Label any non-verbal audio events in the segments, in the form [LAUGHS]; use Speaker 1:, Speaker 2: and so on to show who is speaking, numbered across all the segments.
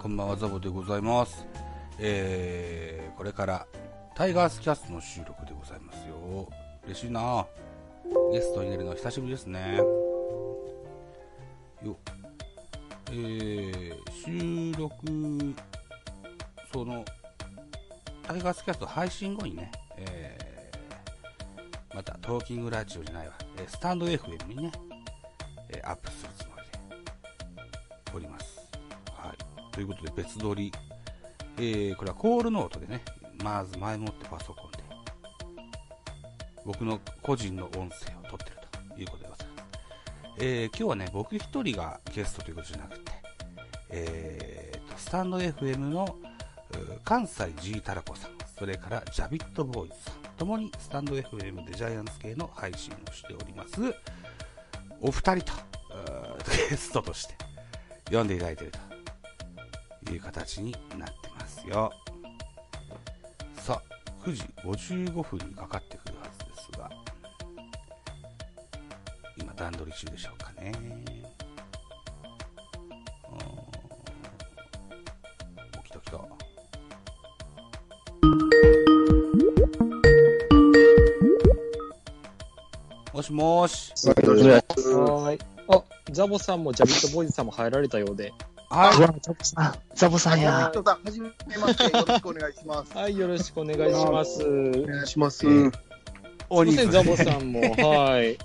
Speaker 1: こんばんはザボでございます、えー、これからタイガースキャストの収録でございますよ嬉しいなゲストに出るのは久しぶりですねよえー、収録そのタイガースキャスト配信後にね、えー、またトーキングラジオじゃないわ、えースタンド FM にね、えーアップするつもりでおります。はい。ということで、別撮り。えー、これはコールノートでね、まず前もってパソコンで、僕の個人の音声を撮ってるということでございます。えー、今日はね、僕一人がゲストということじゃなくて、えーと、スタンド FM のうー関西 G タラコさん、それからジャビットボーイズさん、ともにスタンド FM でジャイアンツ系の配信をしております、お二人と、うーゲストとして読んでいただいているという形になってますよさあ9時55分にかかってくるはずですが今段取り中でしょうかねおー起きた起きたもしもーし
Speaker 2: はーい。あ、ザボさんもジャビットボーイズさんも入られたようで。
Speaker 1: はいう
Speaker 3: わザボさん、ザボさん
Speaker 4: は
Speaker 3: や
Speaker 4: い。はじめまして、よろしくお願いします。
Speaker 2: はい、よろしくお願いします。す
Speaker 4: お願いします。
Speaker 1: お
Speaker 2: いま
Speaker 1: 人
Speaker 2: せん、
Speaker 1: 数
Speaker 2: ザボさんも、はい。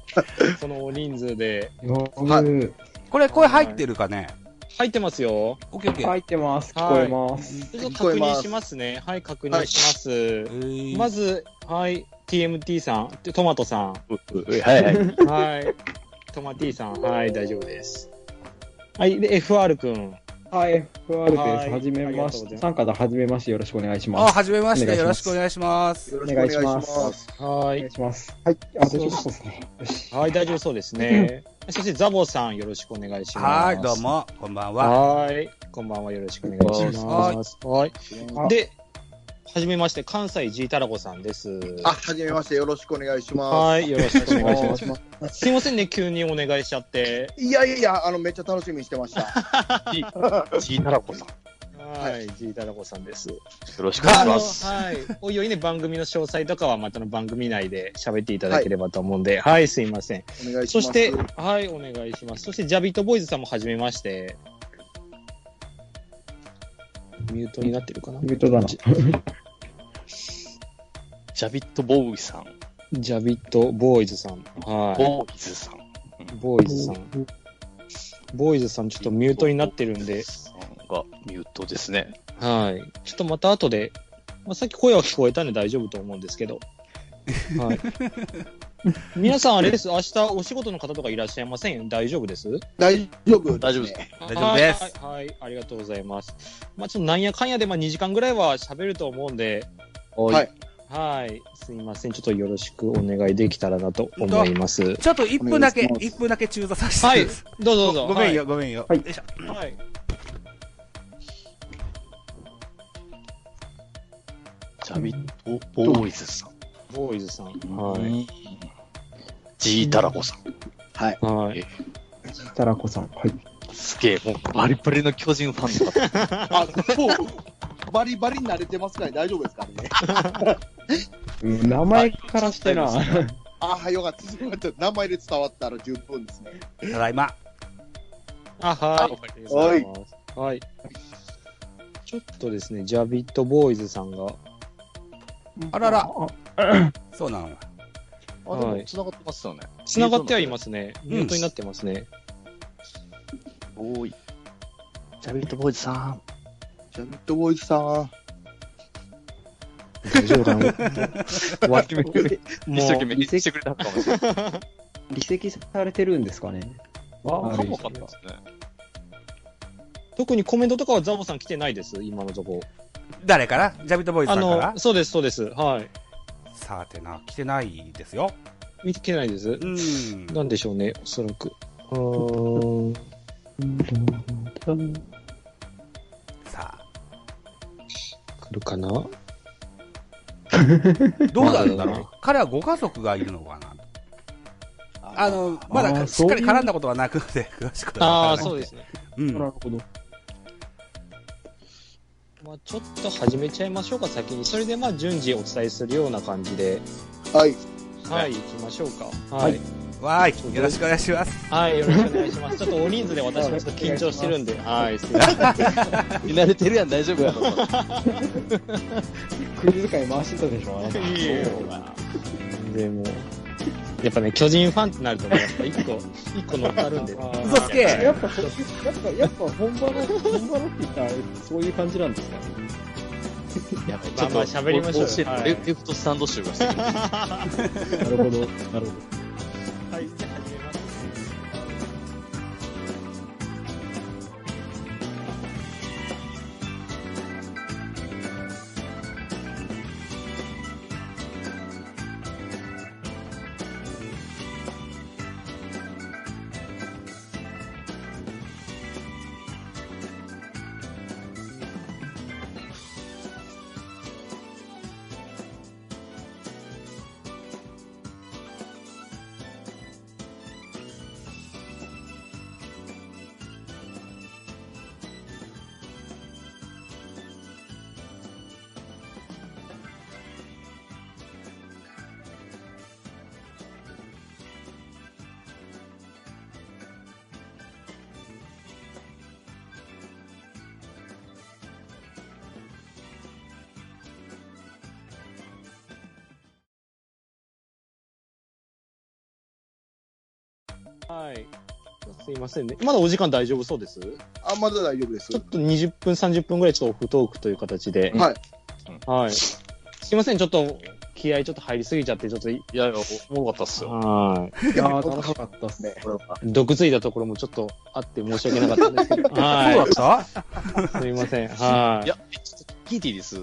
Speaker 2: このお人数で。
Speaker 5: はい、
Speaker 1: これ声入ってるかね
Speaker 2: 入ってますよ。
Speaker 1: オッケーオッケー
Speaker 5: 入ってます。聞こ
Speaker 2: はい
Speaker 5: えます。
Speaker 2: ちょっと確認しますね。はい、確認します。
Speaker 1: えー
Speaker 2: まず、はい、TMT さん、トマトさ
Speaker 3: はいはい。
Speaker 2: ん、はい、トマ T さん、はい、大丈夫です。はい、で、FR くん、
Speaker 5: はい、FR で
Speaker 2: はい
Speaker 5: す。はじめま
Speaker 2: ありがとうござい
Speaker 5: し
Speaker 2: ま
Speaker 5: て。
Speaker 2: す
Speaker 5: 参加だ、はじめまして。よろしくお願いしま
Speaker 1: あ、
Speaker 5: す。
Speaker 1: はじめまし
Speaker 5: お願
Speaker 1: て。
Speaker 5: いし
Speaker 1: よろ
Speaker 5: ま
Speaker 1: し
Speaker 5: す
Speaker 1: くお願いします。
Speaker 4: よろしくお願いしま
Speaker 5: お願い
Speaker 4: す。
Speaker 2: は
Speaker 5: お願
Speaker 2: い
Speaker 5: い、します。はい、あ、大丈夫そうですね。よし。
Speaker 2: はい、大丈夫そうですね。そして、ザボさん、よろしくお願いします。
Speaker 1: はい、どう。も、こんばんは。
Speaker 2: はい、こんばんは、よろしくお願いします。はい。
Speaker 5: はい
Speaker 2: で、はじめまして、関西 G たらこさんです。
Speaker 4: あ、はじめまして、よろしくお願いしま
Speaker 2: はい、よろしくお願いし
Speaker 5: お願
Speaker 2: ます。すいませんね、急にお願いしちゃって。
Speaker 4: [LAUGHS] す。いやいや、あの、めっちゃ楽しみにしてました。
Speaker 3: ちーたらこさん、よ
Speaker 2: はい、G たらこさんです。
Speaker 3: ろしくお願
Speaker 2: あ
Speaker 3: いし
Speaker 2: の、
Speaker 3: ます。
Speaker 2: はい、おいおいね、番組の詳細とかはまたの番組内で喋っていただければと思うんで、はい、すいません。
Speaker 4: お願いし
Speaker 2: そ
Speaker 4: ます。
Speaker 2: して、はい、お願いします。そして、ジャビットボーイズさんもはじめまして。ミュートになってるかな
Speaker 5: ミュートだな。
Speaker 3: ジャビットボーイさん、
Speaker 2: ジャビットボーイズさん。はい。
Speaker 3: ボーイズさん。
Speaker 2: ボーイズさん。ボーイズさん、ちょっとミュートになってるんで、
Speaker 3: さんがミュートですね。
Speaker 2: はい。ちょっとまた後で、まあ、さっき声は聞こえたんで大丈夫と思うんですけど。はい。皆さん、あれです。明日お仕事の方とかいらっしゃいません大丈夫です
Speaker 4: 大丈夫
Speaker 3: 大丈夫です
Speaker 4: ね。
Speaker 3: ね。
Speaker 1: 大丈夫です
Speaker 2: はいはい。はい。ありがとうございます。まあ、ちょっとなんやかんやで、まあ、2時間ぐらいは喋ると思うんで、
Speaker 4: はい。
Speaker 2: はい。すいません。ちょっとよろしくお願いできたらなと思います。
Speaker 1: ちょっと1分だけ、
Speaker 4: お願いします
Speaker 1: 1分だけ中座させて。
Speaker 2: はい。どうぞどうぞ。
Speaker 1: ごごめんよ、ごめんよ。
Speaker 5: はい
Speaker 1: よいしょ
Speaker 2: はい。はい。
Speaker 3: ジャビットボーイズさ
Speaker 2: ボーイズさん。
Speaker 3: ん。
Speaker 2: はい。
Speaker 3: い。ちーたらこさん。
Speaker 4: はい。
Speaker 2: はい。
Speaker 5: たらこさん。はい。
Speaker 3: すげえ、もうバリバリの巨人ファ [LAUGHS] ンだ。
Speaker 4: あ、そう。バリバリ慣れてますから大丈夫ですかね。
Speaker 5: うん名前からしてな。
Speaker 3: は
Speaker 4: あ、よかった。よかった名前で伝わったら十分ですね。
Speaker 1: ただいま。
Speaker 2: あ、はい。
Speaker 4: はい
Speaker 2: い。はい。ちょっとですね、ジャビットボーイズさんが、
Speaker 1: あらら。 [COUGHS] そうなのよ。
Speaker 3: あ、で
Speaker 2: は
Speaker 3: も
Speaker 2: い
Speaker 3: 繋がってますよね。。
Speaker 2: 繋がってはいますすね。
Speaker 1: ん
Speaker 2: ミュートになってますね。
Speaker 3: ボーイ。ジャビットボーイズさん。
Speaker 4: ジャミットボーイズさん。
Speaker 2: 大丈夫かな
Speaker 3: 一生
Speaker 2: も
Speaker 3: 懸命
Speaker 2: う、
Speaker 3: 編集してくれたかもしれない。
Speaker 5: [LAUGHS] 離席されてるんですかね。
Speaker 3: あ
Speaker 5: あ
Speaker 3: かもかったですね。
Speaker 2: 特にコメントとかはザボさん来てないです、今のとこ。
Speaker 1: 誰からジャビットボーイズ
Speaker 2: あ
Speaker 1: さんから
Speaker 2: の、そうです、そうです。はい。
Speaker 1: さてな、来てないですよ。
Speaker 2: 見てないです
Speaker 1: う。ん。
Speaker 2: なんでしょうね、おそらく。うーん。
Speaker 1: さあ、
Speaker 2: 来るかな
Speaker 1: どうなんだろ
Speaker 2: まだだ
Speaker 1: う。彼はご家族がいるのかな。あの、ま
Speaker 5: あ
Speaker 1: だ
Speaker 5: ー
Speaker 1: しっかり
Speaker 5: そういう
Speaker 1: [LAUGHS] 絡んだことはなくて、詳しくはわからない。。
Speaker 2: ああ、そうですすね。
Speaker 1: うん。
Speaker 5: ほど。
Speaker 2: まあ、ちょっと始めちゃいましょうか、先に。それで、まあ、順次お伝えするような感じで、
Speaker 4: はい。
Speaker 2: はい、行きましょうか。はい。
Speaker 1: わーい、よろしくお願いします。
Speaker 2: はい、よろしくお願いします。ちょっと大人数で私もちょっと緊張してるんで、はい、すいません
Speaker 3: 見慣れてるやん、大丈夫やろ。
Speaker 5: クイズ会回してたでしょ、あなた。
Speaker 2: いいよでも、やっぱね、巨人ファンってなるとね、やっぱ一個、 [LAUGHS] 一個乗っかるんで、ね。
Speaker 1: 嘘つけ
Speaker 5: やっぱ、やっぱ、やっぱ本場の、本場のって言ったら、そういう感じなんですかね。
Speaker 3: やばい、
Speaker 2: まあまあ喋りましょうよ
Speaker 3: 甲子園の
Speaker 2: はい
Speaker 3: レレフトスタンド集がしてる。
Speaker 5: なるほど、なるほど。
Speaker 2: はい、じゃあ始めます。はい。すいませんね。まだお時間大丈夫そうですち
Speaker 4: あ、まだ大丈夫です
Speaker 2: ょ。っと20分、30分ぐらいちょっとオフトークという形で。
Speaker 4: はい。
Speaker 2: はい。すいません、ちょっと気合ちょっと入りすぎちゃって、ちょっとい、
Speaker 3: いやいや、おもろかったっすよ。
Speaker 2: はい
Speaker 5: やー、楽しかったっすね。
Speaker 2: い。毒づいたところもちょっとあって申し訳なかったんですけど。
Speaker 1: そうだ
Speaker 2: [LAUGHS] は
Speaker 1: った
Speaker 2: い。すいません。はいい。
Speaker 3: や、ちょっと聞いていいです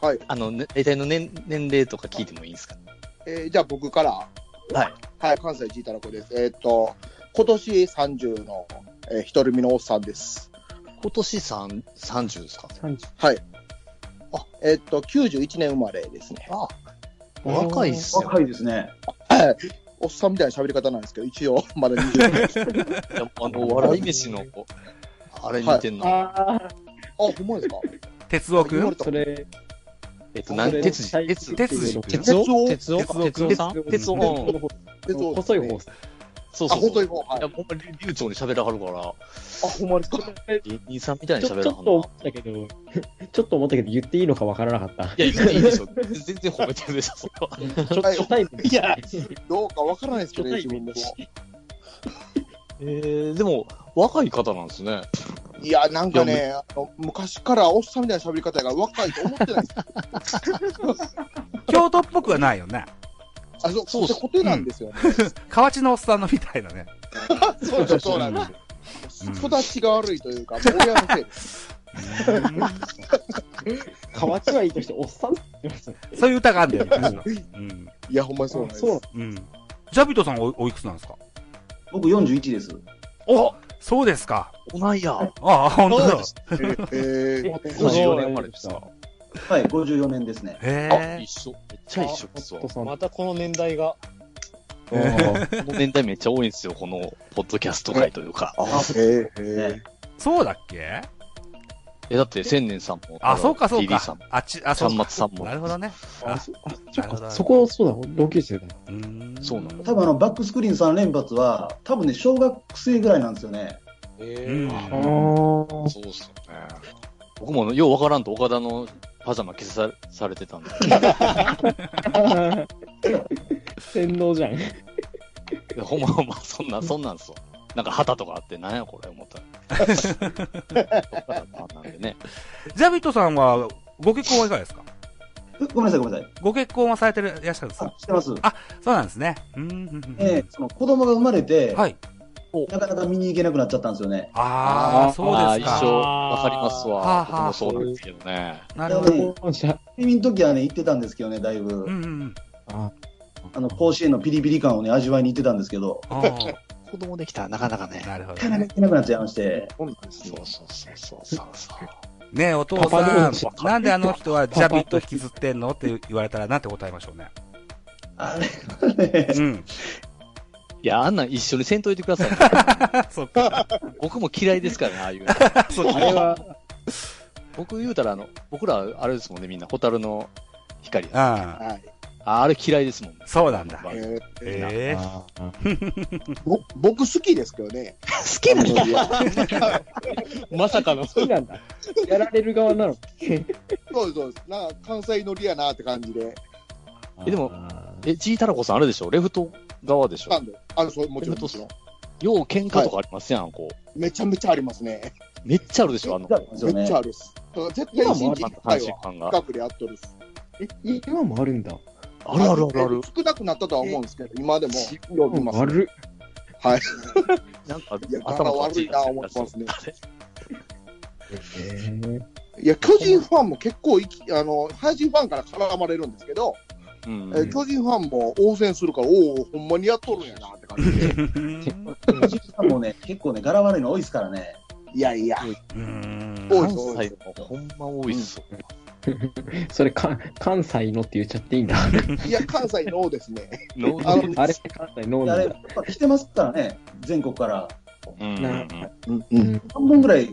Speaker 4: はい。
Speaker 3: あの、ね、大体の年年齢とか聞いてもいいですか
Speaker 4: えーじゃあ僕から。
Speaker 3: はい。
Speaker 4: はい、関西ジータラコです。えーっと、今年30の、えー、一人身のおっさんです。
Speaker 3: 今年三30ですか
Speaker 4: えーっと、91年生まれですね。
Speaker 3: あお若いっすよ。
Speaker 6: 若いですね。
Speaker 4: おっさんみたいな喋り方なんですけど、一応、まだ20代。 [LAUGHS]
Speaker 3: いやあの、笑い飯の、あれ似てんの。
Speaker 5: あ
Speaker 4: あ、ほんまですか
Speaker 1: 鉄道くん
Speaker 5: ー、それ、
Speaker 3: えっと、なん、鉄次。鉄、
Speaker 1: 鉄次くん
Speaker 2: 鉄
Speaker 4: 鉄
Speaker 2: 夫
Speaker 4: 夫
Speaker 2: 鉄夫
Speaker 1: 鉄夫
Speaker 2: 鉄夫さん
Speaker 3: 鉄
Speaker 5: の
Speaker 3: を、
Speaker 4: 鉄夫
Speaker 5: 細い方っす。
Speaker 3: そう
Speaker 4: あ、
Speaker 3: そうそう。
Speaker 4: 細い方。はい
Speaker 3: いや、。ほんまに流暢に喋らはるから、
Speaker 4: あ、ほんまですか
Speaker 3: 芸人さんみたい
Speaker 5: ち
Speaker 3: に
Speaker 5: ょちょっと
Speaker 3: 喋らはる
Speaker 5: 思ったけど、ちょっと思ったけど、言っていいのかわからなかった。
Speaker 3: な。いや、言っていいでしょ。全然褒めてるでしょ、それは。
Speaker 5: ちょ、初対面。
Speaker 3: いや、
Speaker 4: どうかわからないですけど、ね、
Speaker 5: 初
Speaker 4: 自
Speaker 5: 対
Speaker 4: 分
Speaker 5: 面
Speaker 4: で
Speaker 5: だ
Speaker 4: も
Speaker 5: し。
Speaker 3: えー、でも、若い方なんですね。
Speaker 4: いや、なんかね、あの昔からおっさんみたいな喋り方やから若いと思ってないです。
Speaker 1: 京都っぽくはないよね。
Speaker 4: あ、そう、
Speaker 3: そ
Speaker 4: そううそ
Speaker 3: そ
Speaker 4: ううことなんですよね。
Speaker 1: 河内のおっさんのみたいなね。
Speaker 4: そうそうそうなんですよ。育ちが悪いというか、もう親のせいです。
Speaker 5: 河内はいいとして、おっさんって言ってまし
Speaker 1: そういう歌があるんだよね。うん。
Speaker 4: いや、ほんまにそうなん
Speaker 5: た。
Speaker 4: です。
Speaker 5: そう
Speaker 1: うん。ジャビトさんおおいくつなんですか
Speaker 6: 僕41です。
Speaker 1: おそうですか。
Speaker 3: おないや。
Speaker 1: ああ、本当だ。
Speaker 4: えー、
Speaker 3: 54年生まれですか。
Speaker 6: はい、54年ですね。
Speaker 1: へ
Speaker 3: あ、
Speaker 1: え。
Speaker 3: 一緒。めっちゃ一緒ですわ
Speaker 5: おっ。さん。
Speaker 2: またこの年代が。
Speaker 5: あ
Speaker 3: この年代めっちゃ多いんですよ、この、ポッドキャスト界というか。
Speaker 4: あ、えー、え
Speaker 6: ね
Speaker 1: そうだっけ
Speaker 3: え、だって、千年さんも。
Speaker 1: あ、そうかそう
Speaker 3: TV さん
Speaker 1: か
Speaker 3: も。。
Speaker 1: あっち、あ、そう
Speaker 3: 端
Speaker 1: か。
Speaker 3: 末さんも
Speaker 1: なるほどね。あ
Speaker 5: あ、そ
Speaker 1: なるほど。
Speaker 5: そこ、そうだ、同級生だ。
Speaker 1: うーん
Speaker 3: そうなの
Speaker 6: 多分あの、バックスクリーン3連発は、多分ね、小学生ぐらいなんですよね。
Speaker 1: うん。
Speaker 5: あー
Speaker 3: そうっすよね。僕もようわからんと岡田のパジャマ消さされ
Speaker 1: [LAUGHS]
Speaker 3: てたんで。
Speaker 5: [LAUGHS] 洗脳じゃん。
Speaker 3: いやほんまほんま、そんな、そんなんすわ。なんか旗とかあって、なんやこれ思ったら。岡田パンなんでね。
Speaker 1: ジャビットさんは、ご結婚はいかがですか
Speaker 6: えごめんなさい、ごめんなさい。
Speaker 1: ご結婚はされてるいらっしゃるんですか
Speaker 6: あ、してます。
Speaker 1: そうなんですね。うんうんうん
Speaker 6: えその子供が生まれて、
Speaker 1: はい。
Speaker 6: なかなか見に行けなくなっちゃったんですよね。
Speaker 1: ああ、
Speaker 5: あー
Speaker 1: そうです
Speaker 3: まあ一
Speaker 1: か。
Speaker 3: 生わかります
Speaker 1: はあ
Speaker 3: わ。僕
Speaker 1: はあ
Speaker 3: もそうなんですけどね。
Speaker 1: なるほど。
Speaker 6: 睡
Speaker 5: 本社。
Speaker 6: 眠の時はね、行ってたんですけどね、だいぶ
Speaker 1: う。んうん。
Speaker 5: あ
Speaker 6: あの、甲子園のピリピリ感をね、味わいに行ってたんですけど、
Speaker 1: あー
Speaker 3: 子供できたらなかなかね。
Speaker 1: なるほ
Speaker 6: なか
Speaker 1: ど
Speaker 6: なか
Speaker 1: ね。
Speaker 6: 行けなくなっちゃいまして。
Speaker 3: そうそうそうそうそうそう。
Speaker 1: ねえ、お父
Speaker 5: パパ
Speaker 1: さ
Speaker 5: ど
Speaker 1: ん
Speaker 5: うし、
Speaker 1: なんであの人はジャビット引きずってんのって言われたらなんて答えましょうね。
Speaker 6: あれはね、
Speaker 1: うん。 [LAUGHS]
Speaker 3: いや、あんなん一緒にせんといてください。
Speaker 1: そっか。
Speaker 3: 僕も嫌いですからね、ああいうの。
Speaker 1: [LAUGHS] そっ
Speaker 5: あれ
Speaker 1: か。
Speaker 5: は、
Speaker 3: 僕言うたら、あの、僕ら、あれですもんね、みんな、ホタルの光
Speaker 1: あ
Speaker 3: や。
Speaker 1: あ、
Speaker 4: はい。
Speaker 3: ああれ嫌いですもんね。
Speaker 1: そうなんだ。
Speaker 4: えー
Speaker 1: ええ
Speaker 5: あー
Speaker 4: ぼ僕好きですけどね。
Speaker 3: 好き
Speaker 4: あのいや
Speaker 2: まさかの。
Speaker 5: 好きなんだ。やられる側なの。
Speaker 4: [LAUGHS] そうです、そうです。なんか関西乗りやなって感じで。
Speaker 3: えでも
Speaker 5: あ
Speaker 3: え、ちーたらこさん、あれでしょレフト側でし
Speaker 4: な
Speaker 3: ょ
Speaker 4: んで、あの、そう、もちろん、
Speaker 3: え
Speaker 4: もちろん。
Speaker 3: よう喧嘩とかありますやん、こう。
Speaker 4: めちゃめちゃありますね。
Speaker 3: めっちゃあるでしょあの、
Speaker 6: です
Speaker 4: め
Speaker 6: よ
Speaker 4: っ
Speaker 6: ね
Speaker 4: ちゃ。あるっす。だから絶対
Speaker 3: 今
Speaker 4: 新
Speaker 3: も
Speaker 4: 規1
Speaker 3: ある
Speaker 4: 回は
Speaker 3: 阪神ファンが。
Speaker 4: 近くでやっとるっす。
Speaker 5: ーえ、今もあるんだ。
Speaker 3: あるあるあるある。
Speaker 4: 少なくなったとは思うんですけど、今でもよく見ます。
Speaker 5: 悪
Speaker 4: はい。
Speaker 3: なんか
Speaker 4: いや、
Speaker 3: 頭
Speaker 4: 頭
Speaker 3: おか
Speaker 4: 悪
Speaker 3: し
Speaker 4: いな、思ってますね。
Speaker 5: え
Speaker 4: いや、巨人ファンも結構いき、あの、阪神ファンから絡まれるんですけど、
Speaker 3: うん
Speaker 4: え。巨人ファンも応戦するから、おお、ほんまにやっとるんやなって感じで。
Speaker 6: 藤井さんもね、結構ね、柄悪いの多いですからね。
Speaker 4: [LAUGHS] いやいや、
Speaker 1: うん
Speaker 4: 多い多
Speaker 3: 関
Speaker 4: い
Speaker 3: 西のほんま多いっすよ。
Speaker 5: ーそれか、関西のって言っちゃっていいんだ。
Speaker 4: いや、関西のですね。
Speaker 3: ノ
Speaker 4: あ
Speaker 3: ー
Speaker 4: の
Speaker 5: あれ、関西の
Speaker 6: あ
Speaker 5: な
Speaker 6: れ、
Speaker 5: ん
Speaker 6: や
Speaker 5: だ。
Speaker 6: っぱ来てますからね、全国から。
Speaker 3: うんうんうん
Speaker 4: うんうん。
Speaker 6: 半分ぐらい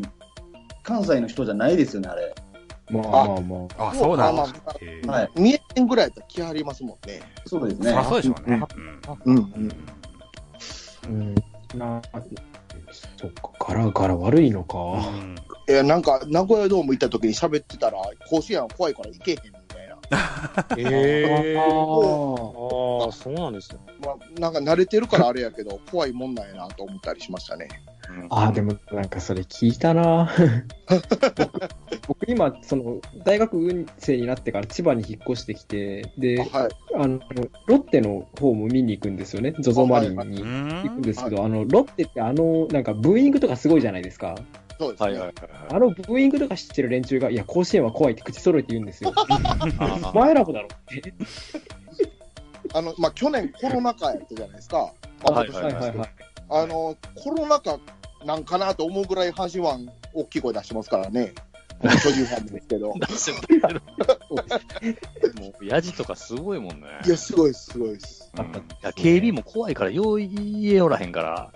Speaker 6: 関西の人じゃないですよね、あれ。
Speaker 5: まあまあまあ。
Speaker 1: あ、そうなん
Speaker 4: まあ
Speaker 1: だ
Speaker 4: ま。あ
Speaker 1: へ
Speaker 6: は
Speaker 1: え
Speaker 6: い。
Speaker 4: 2円ぐらいやったら来はりますもんね。
Speaker 6: そうです
Speaker 1: そり
Speaker 6: ね
Speaker 1: ゃ。そうでしょうね。
Speaker 4: うんう。
Speaker 1: うんん
Speaker 5: うん。なそっか、柄、柄悪いのか。
Speaker 1: うん
Speaker 4: いや、なんか、名古屋ドーム行った時に喋ってたら、甲子園は怖いから行けへんみたいな。
Speaker 2: えあー
Speaker 4: ー
Speaker 2: あー、そうなんですよ。
Speaker 4: まあ、なんか慣れてるからあれやけど、怖いもんなんやなと思ったりしましたね。
Speaker 3: うん
Speaker 5: ああ、でもなんかそれ聞いたな僕僕今、その、大学生になってから千葉に引っ越してきて、で、
Speaker 4: はい。
Speaker 5: あの、ロッテの方も見に行くんですよね、ZOZO マリンに
Speaker 1: う
Speaker 5: 行くん
Speaker 1: ん
Speaker 5: ですけど、あの、ロッテってあの、なんかブーイングとかすごいじゃないですか。
Speaker 4: そうです
Speaker 3: はい
Speaker 4: ね。
Speaker 3: はいはいはい。
Speaker 5: あのブーイングとかしてる連中が、いや、甲子園は怖いって口揃えて言うんですよ。
Speaker 3: あー
Speaker 5: お前らもだろ。
Speaker 4: あの、まあ、去年コロナ禍やったじゃないですか。まあ
Speaker 3: はい
Speaker 4: 今
Speaker 3: はい
Speaker 4: 年
Speaker 3: は
Speaker 4: [LAUGHS]
Speaker 3: い
Speaker 5: はい。
Speaker 4: あの、コロナ禍なんかなと思うぐらい阪神ファン大きい声出してますから [LAUGHS] ね。巨人ファンですけど。
Speaker 3: もう、やじとかすごいもんね。
Speaker 4: いや、すごいです、すごいです。
Speaker 3: うんいや警備員も怖いから、よう言えおらへんから、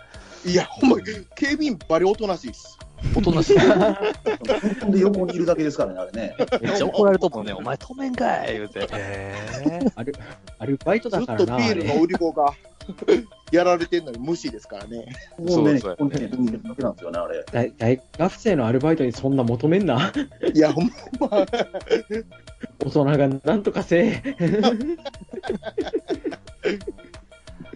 Speaker 4: いや、ほんま、警備員バリおとなしいっす。
Speaker 3: おとなしい。
Speaker 6: ほんで横にいるだけですからね、あれね。
Speaker 3: めっちゃ怒られると思うね。お前止めんかい言うて。
Speaker 1: へ
Speaker 5: アルアルバイト
Speaker 4: ず
Speaker 5: だ
Speaker 4: っ
Speaker 5: か
Speaker 4: と
Speaker 5: ら
Speaker 4: ビ
Speaker 5: な。
Speaker 4: ールの売り子がやられてんのに無視ですからね。
Speaker 6: もうね、
Speaker 3: そうそう
Speaker 6: ここにね、いるだけなんですよね、あ
Speaker 5: あ
Speaker 6: れ。
Speaker 5: れ大大学生のアルバイトにそんな求めんな。
Speaker 4: いや、ほんま、
Speaker 5: 大人がなんとかせえ。
Speaker 1: え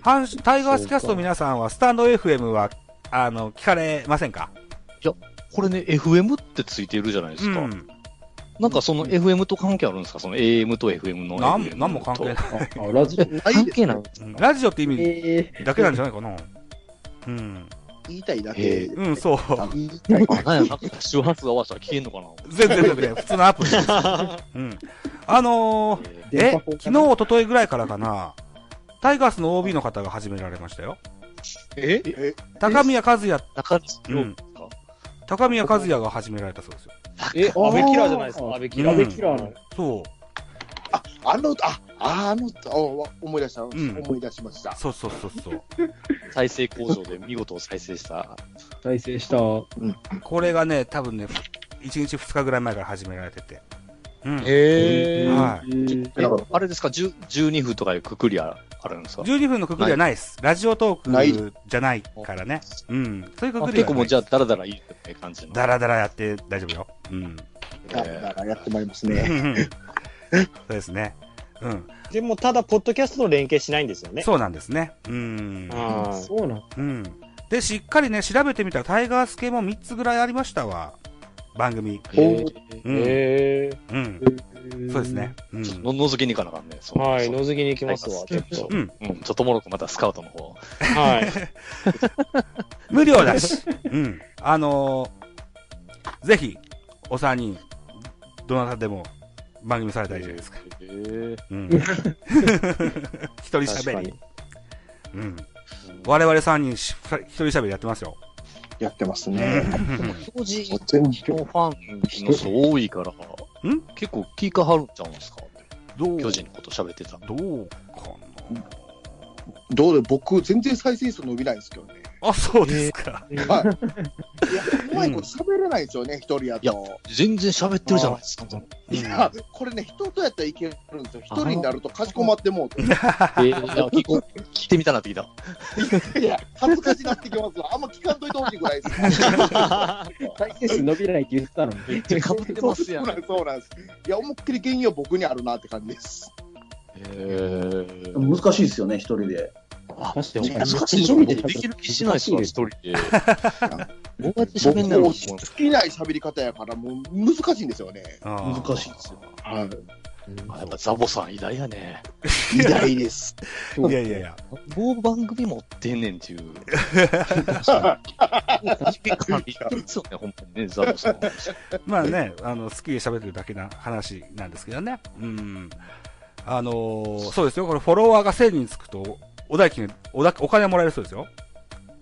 Speaker 1: 阪神タイガースキャスト皆さんは、スタンド FM は、あの、聞かれませんか
Speaker 3: これね、FM ってついてるじゃないで
Speaker 1: う
Speaker 3: すか。
Speaker 1: ん。
Speaker 3: なんかその FM と関係あるんですかその AM と FM の。
Speaker 1: なんなんも関係ない。
Speaker 5: あ、ラジオ。
Speaker 4: ない
Speaker 3: 関
Speaker 4: です
Speaker 3: 係ない。
Speaker 1: うんラジオって意味
Speaker 5: え
Speaker 1: だけなんじゃないかな。うん。
Speaker 4: 言いたいだ
Speaker 3: へ
Speaker 4: け
Speaker 3: え。
Speaker 1: うん、そう。
Speaker 3: あなんや、なんか周波数合わせたら消えんのかな
Speaker 1: 全然全然、普通のアプリです。うん。あのー、
Speaker 3: え
Speaker 1: え、昨日、一昨日ぐらいからかな、タイガースの OB の方が始められましたよ。
Speaker 3: ーえ
Speaker 1: 高宮和也、
Speaker 3: 中西
Speaker 1: う
Speaker 3: 洋
Speaker 1: ん。高宮和也が始められたそうですよ。
Speaker 2: え、安倍キラーじゃないです
Speaker 5: あー
Speaker 2: か、安倍キ
Speaker 5: ー、
Speaker 2: ラ
Speaker 5: ラ
Speaker 2: ー。
Speaker 5: ベキラーの。
Speaker 1: そう。
Speaker 4: あの、あ、あの、あわ思い出した、
Speaker 1: ん
Speaker 4: 思い出しました。
Speaker 1: そうそうそうそう。
Speaker 3: 再生工場で見事再生した。
Speaker 5: 再生した。。
Speaker 1: これがね、多分ね、1日2日ぐらい前から始められてて。うん。
Speaker 3: え
Speaker 1: ーはい
Speaker 5: え
Speaker 3: えあれですか、10 12分とかいうくくりあるんですか
Speaker 1: 12分のくくりはないです。ラジオトークじゃないからね。うん。そういうく
Speaker 3: あ
Speaker 1: くり
Speaker 3: 結
Speaker 1: は
Speaker 3: 構
Speaker 1: な
Speaker 3: も
Speaker 1: いう
Speaker 3: じゃあ、だらだらいいって感じの。
Speaker 1: だらだらやって大丈夫よ。うん。
Speaker 3: え
Speaker 4: だ
Speaker 3: ー
Speaker 4: だからやってまいります
Speaker 1: う
Speaker 4: ね。
Speaker 1: んそうですね。うん。
Speaker 2: でも、ただ、ポッドキャストの連携しないんですよね。
Speaker 1: そうなんですね。うん。
Speaker 2: あー
Speaker 5: そうなんだ。
Speaker 1: うん。で、しっかりね、調べてみたらタイガース系も3つぐらいありましたわ。番組。
Speaker 2: え
Speaker 1: う
Speaker 2: ー
Speaker 1: ん。
Speaker 2: え
Speaker 1: うん。そうですね。うん。
Speaker 3: ちょっとの覗きに行かなあかんね。そ
Speaker 2: ー。
Speaker 3: う
Speaker 2: はい、
Speaker 3: そう
Speaker 2: のぞきに行きますわ、
Speaker 3: は
Speaker 2: ち
Speaker 3: い
Speaker 2: ょっと
Speaker 1: う。ん。
Speaker 3: うん、ちょっともろくまたスカウトの方。
Speaker 2: はい。
Speaker 1: 無料だし。うん。あのーぜひ、お三人、どなたでも番組されたらいいじゃないですか。
Speaker 3: えー [LAUGHS]
Speaker 1: うん。一人喋 [LAUGHS] り。うん。我々三人し、二人一人喋りやってますよ。
Speaker 4: やってます
Speaker 1: う
Speaker 4: ね。
Speaker 1: ん。
Speaker 3: 巨人
Speaker 4: もう全
Speaker 3: のファンの人多いから、
Speaker 1: ん
Speaker 3: 結構聞かはるんちゃうんですか
Speaker 1: どう、
Speaker 3: 巨人のこと喋ってた。
Speaker 1: どうかな。
Speaker 4: どうで、僕、全然再生数伸びないんですけどね。
Speaker 1: あ、そうですか。
Speaker 4: いや、うまいこと喋れないですよね、一人や
Speaker 3: いや
Speaker 4: と。
Speaker 3: 全然喋ってるじゃないですか。
Speaker 1: うん
Speaker 4: いや、これね、人とやったらいけるんですよ。一人になるとかしこまってもうて。
Speaker 3: えー、なんか聞こう聞いてみたなってきた。
Speaker 4: いや、恥ずかしなってきますわ。あんま聞かんといてほしいぐらいです。
Speaker 5: 再生数伸びないって言ったのに。
Speaker 3: めっちゃかぶってますやん。
Speaker 4: そうなんですそうなんです。いや、思いっきり原因は僕にあるなって感じです。
Speaker 3: えー、
Speaker 6: 難しいですよね、一人で。
Speaker 5: 確か
Speaker 3: で
Speaker 5: に
Speaker 3: も難しいでできる気しないですわ、一人で。どうやって喋んだろう
Speaker 4: 僕好きな喋り方やから、もう難しいんですよね。
Speaker 1: あー
Speaker 6: 難しいですよ。
Speaker 4: はい。
Speaker 3: あやっぱザボさん偉大やね。
Speaker 4: 偉大です。
Speaker 1: いやいやいや。
Speaker 3: 某番組持ってんねんって [LAUGHS] いう。そうね、ほんまにね、ザボさん。
Speaker 1: まあね、あの、好きで喋ってるだけな話なんですけどね。うん。あのーそうですよ。これフォロワーが1000人つくと、お代金、おだお金もらえるそうですよ。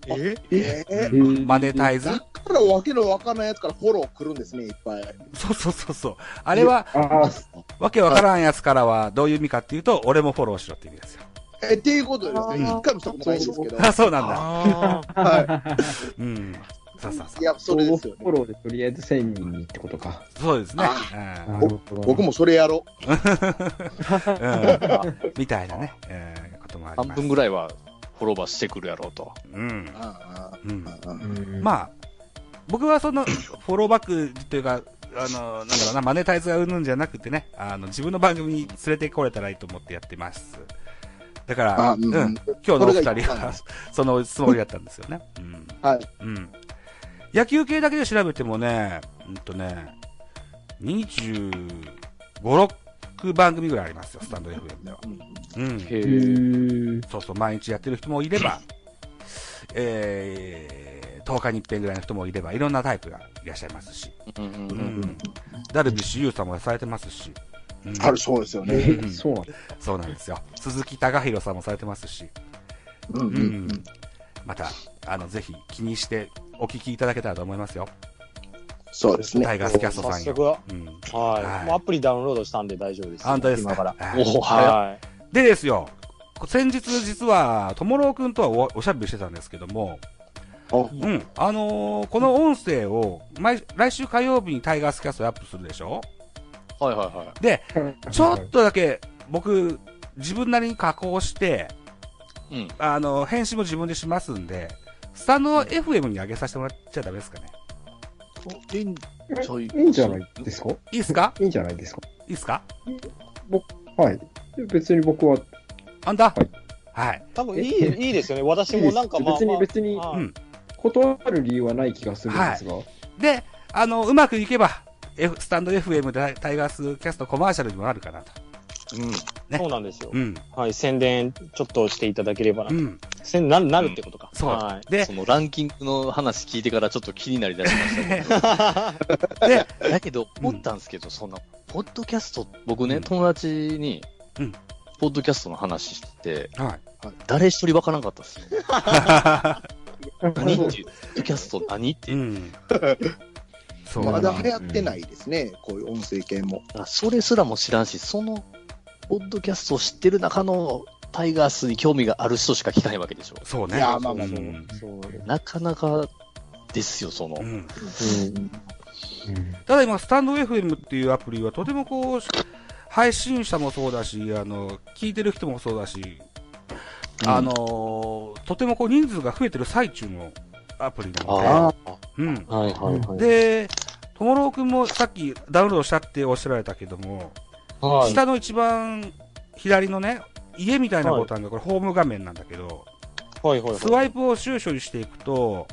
Speaker 4: ええー
Speaker 1: うんマネタイズ
Speaker 4: だからわけのわからないやつからフォロー来るんですね、いっぱい。
Speaker 1: そうそうそうそう。あれは、
Speaker 5: ああ、
Speaker 1: わけわからんやつからはどういう意味かっていうと、俺もフォローしろって意味ですよ。
Speaker 4: え、っていうことですね。
Speaker 3: あー
Speaker 4: 一回もしたことないんですけど。
Speaker 1: あ、そうなんだ。
Speaker 3: ああ。
Speaker 4: は
Speaker 1: うん。そうそうそ
Speaker 4: い。いや、それですよ
Speaker 5: フォ
Speaker 4: ね。
Speaker 5: ローでとりあえず1000人にってことか。
Speaker 1: う。そうですね。うん
Speaker 5: なるほど
Speaker 4: 僕もそれやろ
Speaker 1: うんみたいなね、えーこともあります。
Speaker 3: 半分ぐらいはフォローバーしてくるやろうと。
Speaker 1: うん
Speaker 4: う。。あ
Speaker 1: う
Speaker 4: ー
Speaker 1: ん
Speaker 4: あ。ーあー
Speaker 5: うん
Speaker 1: まあ、僕は
Speaker 4: [COUGHS]
Speaker 1: その、フォローバックというか、あの、なんだろうな、マネタイズがうんぬんじゃなくてね、あの、自分の番組に連れてこれたらいいと思ってやってます。だから、
Speaker 4: あ
Speaker 1: う
Speaker 4: ー、
Speaker 1: ん、
Speaker 4: うんうん
Speaker 1: 今。日のお二
Speaker 4: それが一
Speaker 1: 人
Speaker 4: 番なん
Speaker 1: は
Speaker 4: で、
Speaker 1: そのつもりだったんですよね。うん。
Speaker 4: はい。
Speaker 1: うん。野球系だけで調べてもね、うんとね、25、6番組ぐらいありますよ、スタンド FM では。うん。
Speaker 3: へえ。
Speaker 5: ー
Speaker 1: そうそう、毎日やってる人もいれ
Speaker 4: [CLEARS THROAT]
Speaker 1: ば、えー、10日に一遍ぐらいの人もいれば、いろんなタイプがいらっしゃいますし、
Speaker 3: うんうん
Speaker 1: う
Speaker 3: うんん
Speaker 1: ダルビッシュ有さんもされてますし、うん
Speaker 4: あるそうですよ
Speaker 5: え
Speaker 4: ね。
Speaker 5: ーそうなんだ。
Speaker 1: そうなんですよ。鈴木貴弘さんもされてますし、
Speaker 4: うん
Speaker 1: う
Speaker 4: うんん。
Speaker 1: また、あの、ぜひ気にしてお聞きいただけたらと思いますよ。
Speaker 4: そうですね。
Speaker 1: タイガースキャストさん
Speaker 2: 早
Speaker 1: よ。
Speaker 2: 速、はい、
Speaker 1: うん。はい
Speaker 2: もうアプリダウンロードしたんで大丈夫です。
Speaker 1: 安泰です
Speaker 2: 今から。
Speaker 1: はい
Speaker 3: おお、は
Speaker 2: は
Speaker 1: でですよ、先日実は、ともろうくんとはおおしゃべりしてたんですけども、
Speaker 4: お
Speaker 1: うん、あのーこの音声を毎、来週火曜日にタイガースキャストにアップするでしょ
Speaker 3: い。はいはいはい。
Speaker 1: ちょっとだけ、僕、自分なりに加工して、
Speaker 3: うん。
Speaker 1: あのー編集も自分でしますんで、スタンド FM に上げさせてもらっちゃダメですかね。
Speaker 3: いいんちょい
Speaker 5: いいんじゃないですか
Speaker 1: いいっすか
Speaker 5: いいんじゃないですか
Speaker 1: いいっすか
Speaker 5: はい。別に僕は、
Speaker 1: あんた
Speaker 5: い
Speaker 1: はい。
Speaker 2: い。多分いい、いいですよね。私もなんかまあ、
Speaker 5: 別
Speaker 2: ま
Speaker 5: に
Speaker 2: あ、
Speaker 5: 別に
Speaker 2: は
Speaker 1: う
Speaker 2: い
Speaker 1: ん
Speaker 5: 断る理由はない気がするんですが。
Speaker 1: で、あの、うまくいけば、F、スタンド FM でタイガースキャストコマーシャルにもなるかなと。ね
Speaker 2: そうなんですよ
Speaker 1: う。ん。
Speaker 2: はい。宣伝ちょっとしていただければ
Speaker 1: う
Speaker 2: な。
Speaker 1: ん。
Speaker 2: 宣伝ななるってことか。
Speaker 1: そう。
Speaker 2: はい。
Speaker 1: で
Speaker 3: そ、のランキングの話聞いてからちょっと気になりだしましたけ
Speaker 1: で、
Speaker 3: ど。 [LAUGHS] だけど、
Speaker 1: うん
Speaker 3: 思ったんですけど、その、ポッドキャスト、僕
Speaker 1: うん
Speaker 3: ね、友達に
Speaker 1: うん、
Speaker 3: ポッドキャストの話して、
Speaker 1: はい。
Speaker 3: 誰一人わからんかったですよ。何
Speaker 5: そ
Speaker 3: っ
Speaker 5: う
Speaker 3: ていう、ポッドキャスト何って
Speaker 1: う。
Speaker 4: [LAUGHS]
Speaker 3: いうん
Speaker 1: そう
Speaker 4: まだ
Speaker 1: なん
Speaker 4: 流行ってないですね、こういう音声系も。
Speaker 3: あそれすらも知らんし、その、ポッドキャストを知ってる中の、タイガースに興味がある人しか聞かないわけでしょ。
Speaker 1: そうね。
Speaker 4: いやまあまあ
Speaker 1: う
Speaker 4: そ
Speaker 1: ん
Speaker 2: そう
Speaker 3: なかなかですよ、その
Speaker 1: う。ん
Speaker 5: うん
Speaker 1: ただ今、スタンド FM っていうアプリはとてもこう、配信者もそうだし、あの、聞いてる人もそうだし、あのーとてもこう人数が増えてる最中のアプリなの
Speaker 3: ああ、
Speaker 1: で、うん。
Speaker 2: はいはいはい。
Speaker 1: で、ともろうくんもさっきダウンロードしたっておっしゃられたけども、
Speaker 2: はい、
Speaker 1: 下の一番左のね、家みたいなボタンがこれホーム画面なんだけど、
Speaker 2: はいはいはい。
Speaker 1: スワイプを収書にしていくと、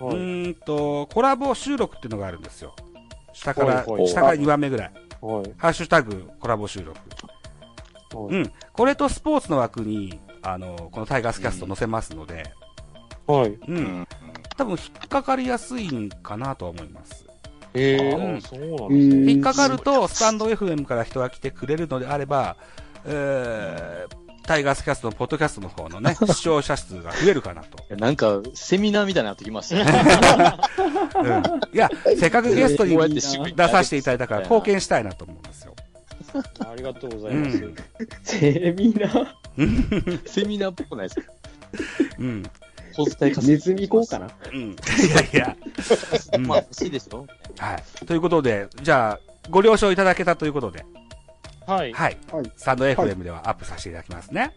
Speaker 1: う
Speaker 2: はい
Speaker 1: ーんと、コラボ収録っていうのがあるんですよ。下から、
Speaker 2: はいはい
Speaker 1: 下から2番目ぐらい。
Speaker 2: はい
Speaker 1: ハッシュタグコラボ収録。
Speaker 2: は
Speaker 1: う
Speaker 2: い
Speaker 1: ん。これとスポーツの枠に、あの、このタイガースキャスト載せますので、
Speaker 2: はい。
Speaker 1: うん。
Speaker 3: うん
Speaker 1: 多分引っかかりやすいんかなとは思います。
Speaker 2: へえ、
Speaker 1: うん
Speaker 2: あそうなんですね。
Speaker 1: 引っかかると、スタンド FM から人が来てくれるのであれば、えー、タイガースキャストのポッドキャストの方の
Speaker 2: [LAUGHS]
Speaker 1: ね、視聴者数が増えるかなと。
Speaker 3: なんか、セミナーみたいになってきました [LAUGHS] ね。
Speaker 1: うん。いや、せっかくゲストに
Speaker 3: こうやっ
Speaker 1: 出
Speaker 3: て渋い
Speaker 1: させていただいたから貢献したいなと思うんですよ。
Speaker 2: ありがとうございます。
Speaker 1: うん
Speaker 5: [LAUGHS] セミナー
Speaker 3: セミナーっぽくないですか
Speaker 1: うん。
Speaker 3: 小遣い稼ぎ
Speaker 5: ネズミ行こうかな。
Speaker 1: うん。いやいや。うん
Speaker 3: まあ、欲しいでしょ
Speaker 1: はい。ということで、じゃあ、ご了承いただけたということで、
Speaker 2: はい。
Speaker 1: はい。
Speaker 4: はい
Speaker 1: サンド FM ではアップさせていただきますね。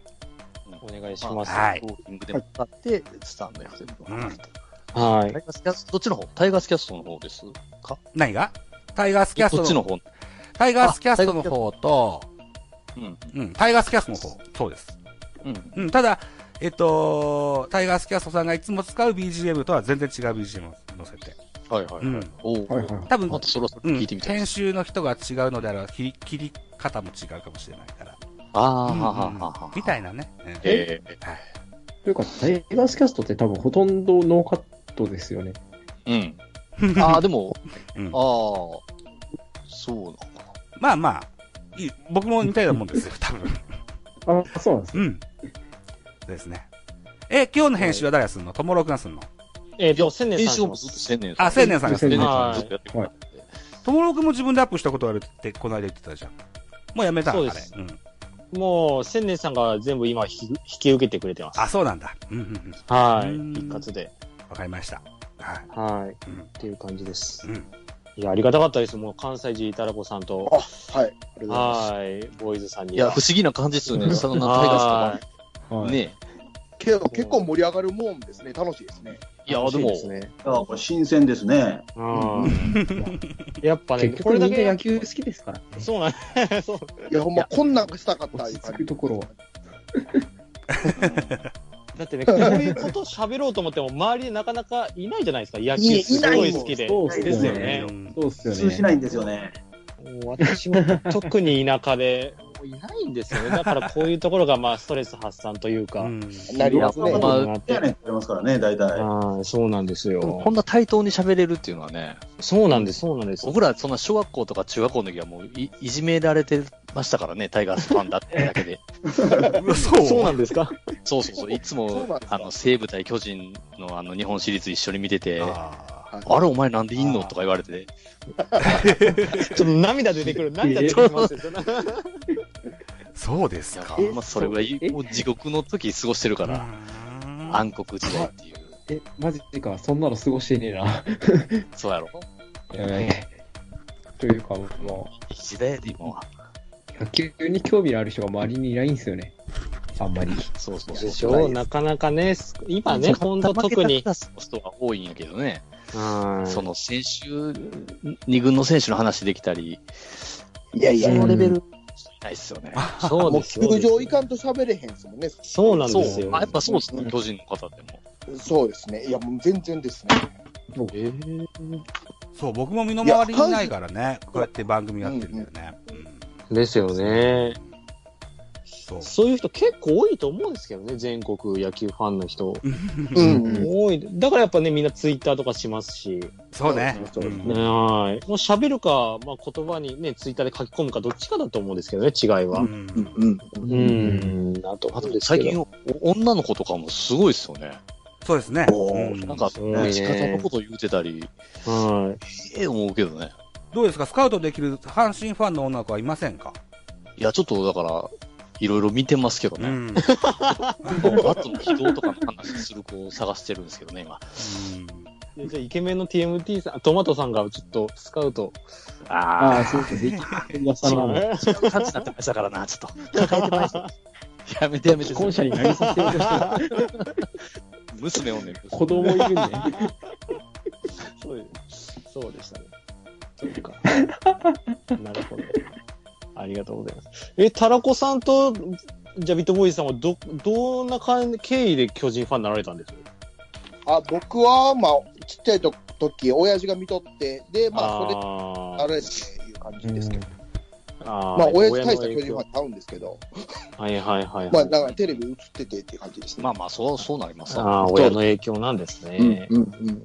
Speaker 2: お願いします。
Speaker 1: は
Speaker 2: はい
Speaker 3: ウォーキングでも買って、スタンド FM も買って
Speaker 2: い
Speaker 3: タ。イガースキャスト、どっちの方タイガースキャストの方です。
Speaker 1: 何がタイガースキャス
Speaker 3: どっち
Speaker 1: ト
Speaker 3: の
Speaker 1: の、
Speaker 3: 方
Speaker 1: タイガースキャストの方と、
Speaker 3: う
Speaker 1: う
Speaker 3: ん。
Speaker 1: ん、タイガースキャストの方、そうです。
Speaker 3: う
Speaker 1: う
Speaker 3: ん。
Speaker 1: ん、ただ、えっと、タイガースキャストさんがいつも使う BGM とは全然違う BGM を載せて。
Speaker 3: はいはいはい。
Speaker 1: うん。
Speaker 3: おお、
Speaker 5: はいはい。
Speaker 1: 多分、
Speaker 3: またそろそろ
Speaker 1: うん、
Speaker 3: 聞いてみたいで
Speaker 1: 編
Speaker 3: す。
Speaker 1: 集の人が違うのであれば、切り、切り方も違うかもしれないから。
Speaker 3: ああ、
Speaker 1: うんうん
Speaker 3: はははは。
Speaker 1: みたいなね。うん
Speaker 3: ええ
Speaker 1: はい。
Speaker 5: というか、タイガースキャストって多分ほとんどノーカットですよね。
Speaker 3: うん。ああ、でも、
Speaker 1: うん
Speaker 3: ああ、そうなのかな。
Speaker 1: まあまあ、いい僕も似たようなもんですよ、多分。
Speaker 5: あ、そうなんです
Speaker 1: うん。ですね。え、今日の編集は誰がすんの友六がすんの
Speaker 2: えっ、と、千年
Speaker 3: 編
Speaker 2: さん
Speaker 3: 集
Speaker 2: し
Speaker 3: も
Speaker 2: ま
Speaker 3: ずっと
Speaker 2: す。
Speaker 3: してんねん。
Speaker 1: あ、千年さんがすん
Speaker 5: 千
Speaker 1: の
Speaker 5: 年
Speaker 3: 年
Speaker 2: さん
Speaker 3: ずっとやってもらって。
Speaker 1: 友六も自分でアップしたことあるって、この間言ってたじゃん。もうやめたん
Speaker 2: そう
Speaker 1: あ
Speaker 2: で
Speaker 1: れ
Speaker 2: す。
Speaker 1: うん。
Speaker 2: もう、千年さんが全部今引き引き受けてくれてます。
Speaker 1: あ、そうなんだ。うんうんうん。
Speaker 2: は
Speaker 1: う
Speaker 2: い。
Speaker 1: ん
Speaker 2: 一括で。
Speaker 1: わかりました。はい。
Speaker 2: はい。
Speaker 1: うん
Speaker 2: っていう感じです。
Speaker 1: うん。
Speaker 2: いや、ありがたかったです。もう、関西人いたらこさんと、
Speaker 4: はい。ありがとうございます。
Speaker 2: はい。ボーイズさんに。
Speaker 3: いや、不思議な感じですよね。そんなタイガ
Speaker 2: は
Speaker 3: ー
Speaker 2: い
Speaker 3: ス
Speaker 5: よ。
Speaker 3: と
Speaker 5: は
Speaker 3: か。
Speaker 5: い。
Speaker 3: ね
Speaker 4: けど結構盛り上がるもんですね。楽しいですね。
Speaker 3: いや、で
Speaker 2: 楽しい
Speaker 3: も、
Speaker 2: ですね
Speaker 6: あこれ新鮮ですね。
Speaker 2: うん。やっぱね、
Speaker 5: 結
Speaker 2: こ
Speaker 5: 局
Speaker 2: れ
Speaker 5: み
Speaker 2: だ
Speaker 5: んな
Speaker 2: け
Speaker 5: 野、球好きですからね。
Speaker 2: そうなんそう
Speaker 4: いや、ほんま、こんなんしたかった
Speaker 5: 落ち着くところは。
Speaker 2: だってね、こういうこと喋ろうと思っても、周りでなかなかいないじゃないですか。野球
Speaker 4: い
Speaker 2: す
Speaker 4: な
Speaker 2: ご
Speaker 4: いもん
Speaker 2: い好きで。
Speaker 5: そう
Speaker 2: で
Speaker 5: っす
Speaker 2: すよ
Speaker 5: よね
Speaker 2: ね。
Speaker 1: うん
Speaker 5: そうっすよ
Speaker 6: 普
Speaker 5: ね。
Speaker 6: 通しないんですよね。
Speaker 2: もう私も特に田舎で、もういないんですよね。だからこういうところが、まあ、ストレス発散というか。
Speaker 1: うん
Speaker 4: なります
Speaker 2: そう
Speaker 4: ね
Speaker 2: いう。ことになっ
Speaker 6: じ
Speaker 2: て
Speaker 6: ゃあね、ありますからね、大体。
Speaker 2: はいそうなんです
Speaker 3: でもこん
Speaker 2: よ。
Speaker 3: な対等に喋れるっていうのはね、
Speaker 2: そうなんです、そうなんです。
Speaker 3: 僕らそんな小学校とか中学校の時はもういいじめられてましたからね、タイガースファンだってだけで。
Speaker 1: そう
Speaker 2: そうなんですか
Speaker 3: そうそうそう、いつ
Speaker 4: そうな
Speaker 3: も
Speaker 4: んですか
Speaker 3: あの西武対巨人のあの日本シリーズ一緒に見てて、あ
Speaker 1: あ
Speaker 3: れ、お前なんでいんのとか言われて、
Speaker 2: ちょっと涙出てくる。涙出てきますよ。
Speaker 1: ーそうです
Speaker 3: いや
Speaker 1: か。
Speaker 3: ほんまそれぐら
Speaker 5: え
Speaker 3: い、もう地獄の時過ごしてるから、
Speaker 1: うん
Speaker 3: 暗黒時代ってい
Speaker 5: え、
Speaker 3: う、
Speaker 5: マジか、そんなの過ごしてねえな。
Speaker 3: そうやろ。
Speaker 5: やばい。というか、も
Speaker 3: いい時代やで、今は。
Speaker 5: う、野球に興味のある人が周りにいないんですよね。あんまり。
Speaker 3: そうそうそう。
Speaker 2: でしょなかなかね、す今ね、ほんと特に。
Speaker 3: 負けたクラスの人は多いんやけどね、
Speaker 2: はい
Speaker 3: その選手、二軍の選手の話できたり、
Speaker 4: [LAUGHS] いやいや
Speaker 5: う、ん
Speaker 3: そのレベル、いないっすよね。
Speaker 2: そう
Speaker 4: も
Speaker 2: で
Speaker 4: う
Speaker 2: すよ
Speaker 4: 球場いかんと喋れへんですもんね。
Speaker 2: そうなん
Speaker 3: そう
Speaker 2: ですよ。
Speaker 3: あやっぱそうですね、巨人の方でも。
Speaker 4: そうですね。いや、もう全然ですね。
Speaker 3: ええ
Speaker 1: そう、僕も身の回りにいないからね、こうやって番組やってるんだよね。うん
Speaker 2: ですよね。
Speaker 1: そう。
Speaker 2: そういう人結構多いと思うんですけどね、全国野球ファンの人。
Speaker 4: う
Speaker 5: うん
Speaker 4: ん。
Speaker 2: 多い。だからやっぱね、みんなツイッターとかしますし。
Speaker 1: そうね。
Speaker 4: そうですね
Speaker 1: うん
Speaker 2: はい。もう喋るか、まあ、言葉にね、ツイッターで書き込むか、どっちかだと思うんですけどね、違いは。
Speaker 1: うん
Speaker 4: うん。
Speaker 2: うん、ん、あと
Speaker 3: あ
Speaker 2: 思うん
Speaker 3: と
Speaker 2: ですけ
Speaker 3: 最
Speaker 2: ど、
Speaker 3: 近、お女の子とかもすごいですよね。
Speaker 1: そうですね。
Speaker 3: お
Speaker 1: う
Speaker 3: ー
Speaker 1: ん
Speaker 3: なんか、
Speaker 2: すごいね
Speaker 3: 打ち方のこと言うてたり、
Speaker 2: は
Speaker 3: ええ思うけどね。
Speaker 1: どうですかスカウトできる阪神ファンの女の子はいませんか
Speaker 3: いや、ちょっとだから、いろいろ見てますけど
Speaker 1: う
Speaker 3: ね。
Speaker 1: ん。
Speaker 3: バットの軌道とかの話する子を探してるんですけどね、今。
Speaker 2: い。じゃあ、イケメンの TMT さん、トマトさんがちょっとスカウト。
Speaker 5: あ
Speaker 3: あ
Speaker 5: あ、そうですね。噂
Speaker 2: 違
Speaker 5: の
Speaker 2: うね
Speaker 3: あ、違う感じになってましたからな、ちょっと。抱えてました。やめてやめて。
Speaker 5: 既婚者になりさせようとしてる
Speaker 3: 娘おんねん。
Speaker 5: 子供いるんで。
Speaker 2: そうですそうでしたね。そう [LAUGHS] か。なるほど。ありがとうございます。え、タラコさんと、ジャビットボーイズさんはど、どんな感じ、経緯で巨人ファンになられたんです
Speaker 4: あ、僕は、まあ、ちっちゃいと時、親父が見とって、で、まあ、それ、
Speaker 2: あ
Speaker 4: あれっていう感じですけど。
Speaker 2: あ
Speaker 4: まあ、親父大した
Speaker 2: た
Speaker 4: 巨人ファンちゃうんですけど、
Speaker 2: はいはいはい、はい。
Speaker 4: まあ、だからテレビ映っててっていう感じですね。
Speaker 3: まあまあ、そう、そうなりますわ。
Speaker 2: ああ、親の影響なんですね。
Speaker 4: うんうん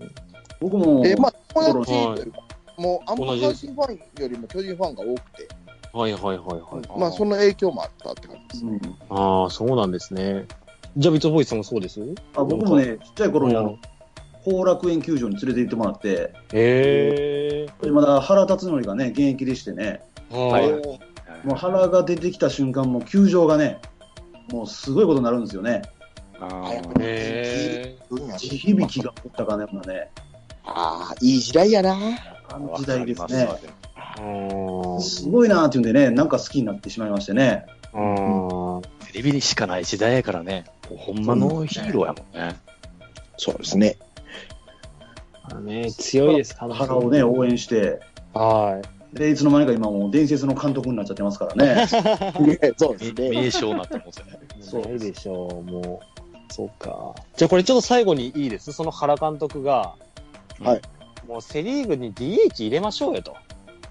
Speaker 6: 僕も、
Speaker 4: で、まあ、友
Speaker 6: 心
Speaker 4: 達というか、もう、あんま
Speaker 2: 同じ
Speaker 4: 阪神ファンよりも巨人ファンが多くて、
Speaker 2: はいはいはいはい。
Speaker 4: まあ、その影響もあったって感じです。
Speaker 6: うん
Speaker 2: ああ、そうなんですね。じゃあ、ビットボーイスさんもそうです
Speaker 6: あ僕もね、ちっちゃい頃にあ
Speaker 2: う
Speaker 6: の
Speaker 2: ん、
Speaker 6: 後楽園球場に連れて行ってもらって、
Speaker 2: へえ。
Speaker 6: まだ原辰徳がね、現役でしてね、
Speaker 2: はい。
Speaker 4: おー
Speaker 6: もう原が出てきた瞬間、もう球場がね、もうすごいことになるんですよね。
Speaker 3: あ
Speaker 4: はい
Speaker 3: ー
Speaker 2: へえ。
Speaker 4: うます。
Speaker 6: 地響きが起ったかね、今ね。
Speaker 4: ああ、いい時代やな。
Speaker 6: あの時代ですね
Speaker 3: わ。かり
Speaker 6: すごいなーっていうんでね、なんか好きになってしまいましてね。
Speaker 2: うん。
Speaker 3: ますテレビにしかない時代やからね、ほんまのヒーローやもんね。
Speaker 4: そうですね。
Speaker 2: ね、強いです、
Speaker 6: 腹をね、応援して。
Speaker 2: は
Speaker 6: で、いつの間にか今もう伝説の監督になっちゃってますからね。
Speaker 4: [LAUGHS] そうですね。
Speaker 3: 名名称になったもんですよね。
Speaker 2: い。
Speaker 6: そう
Speaker 2: ないでしょう、もう。そうか。じゃあこれちょっと最後にいいですその原監督が。
Speaker 4: はい。
Speaker 2: もうセリーグに DH 入れましょうよと。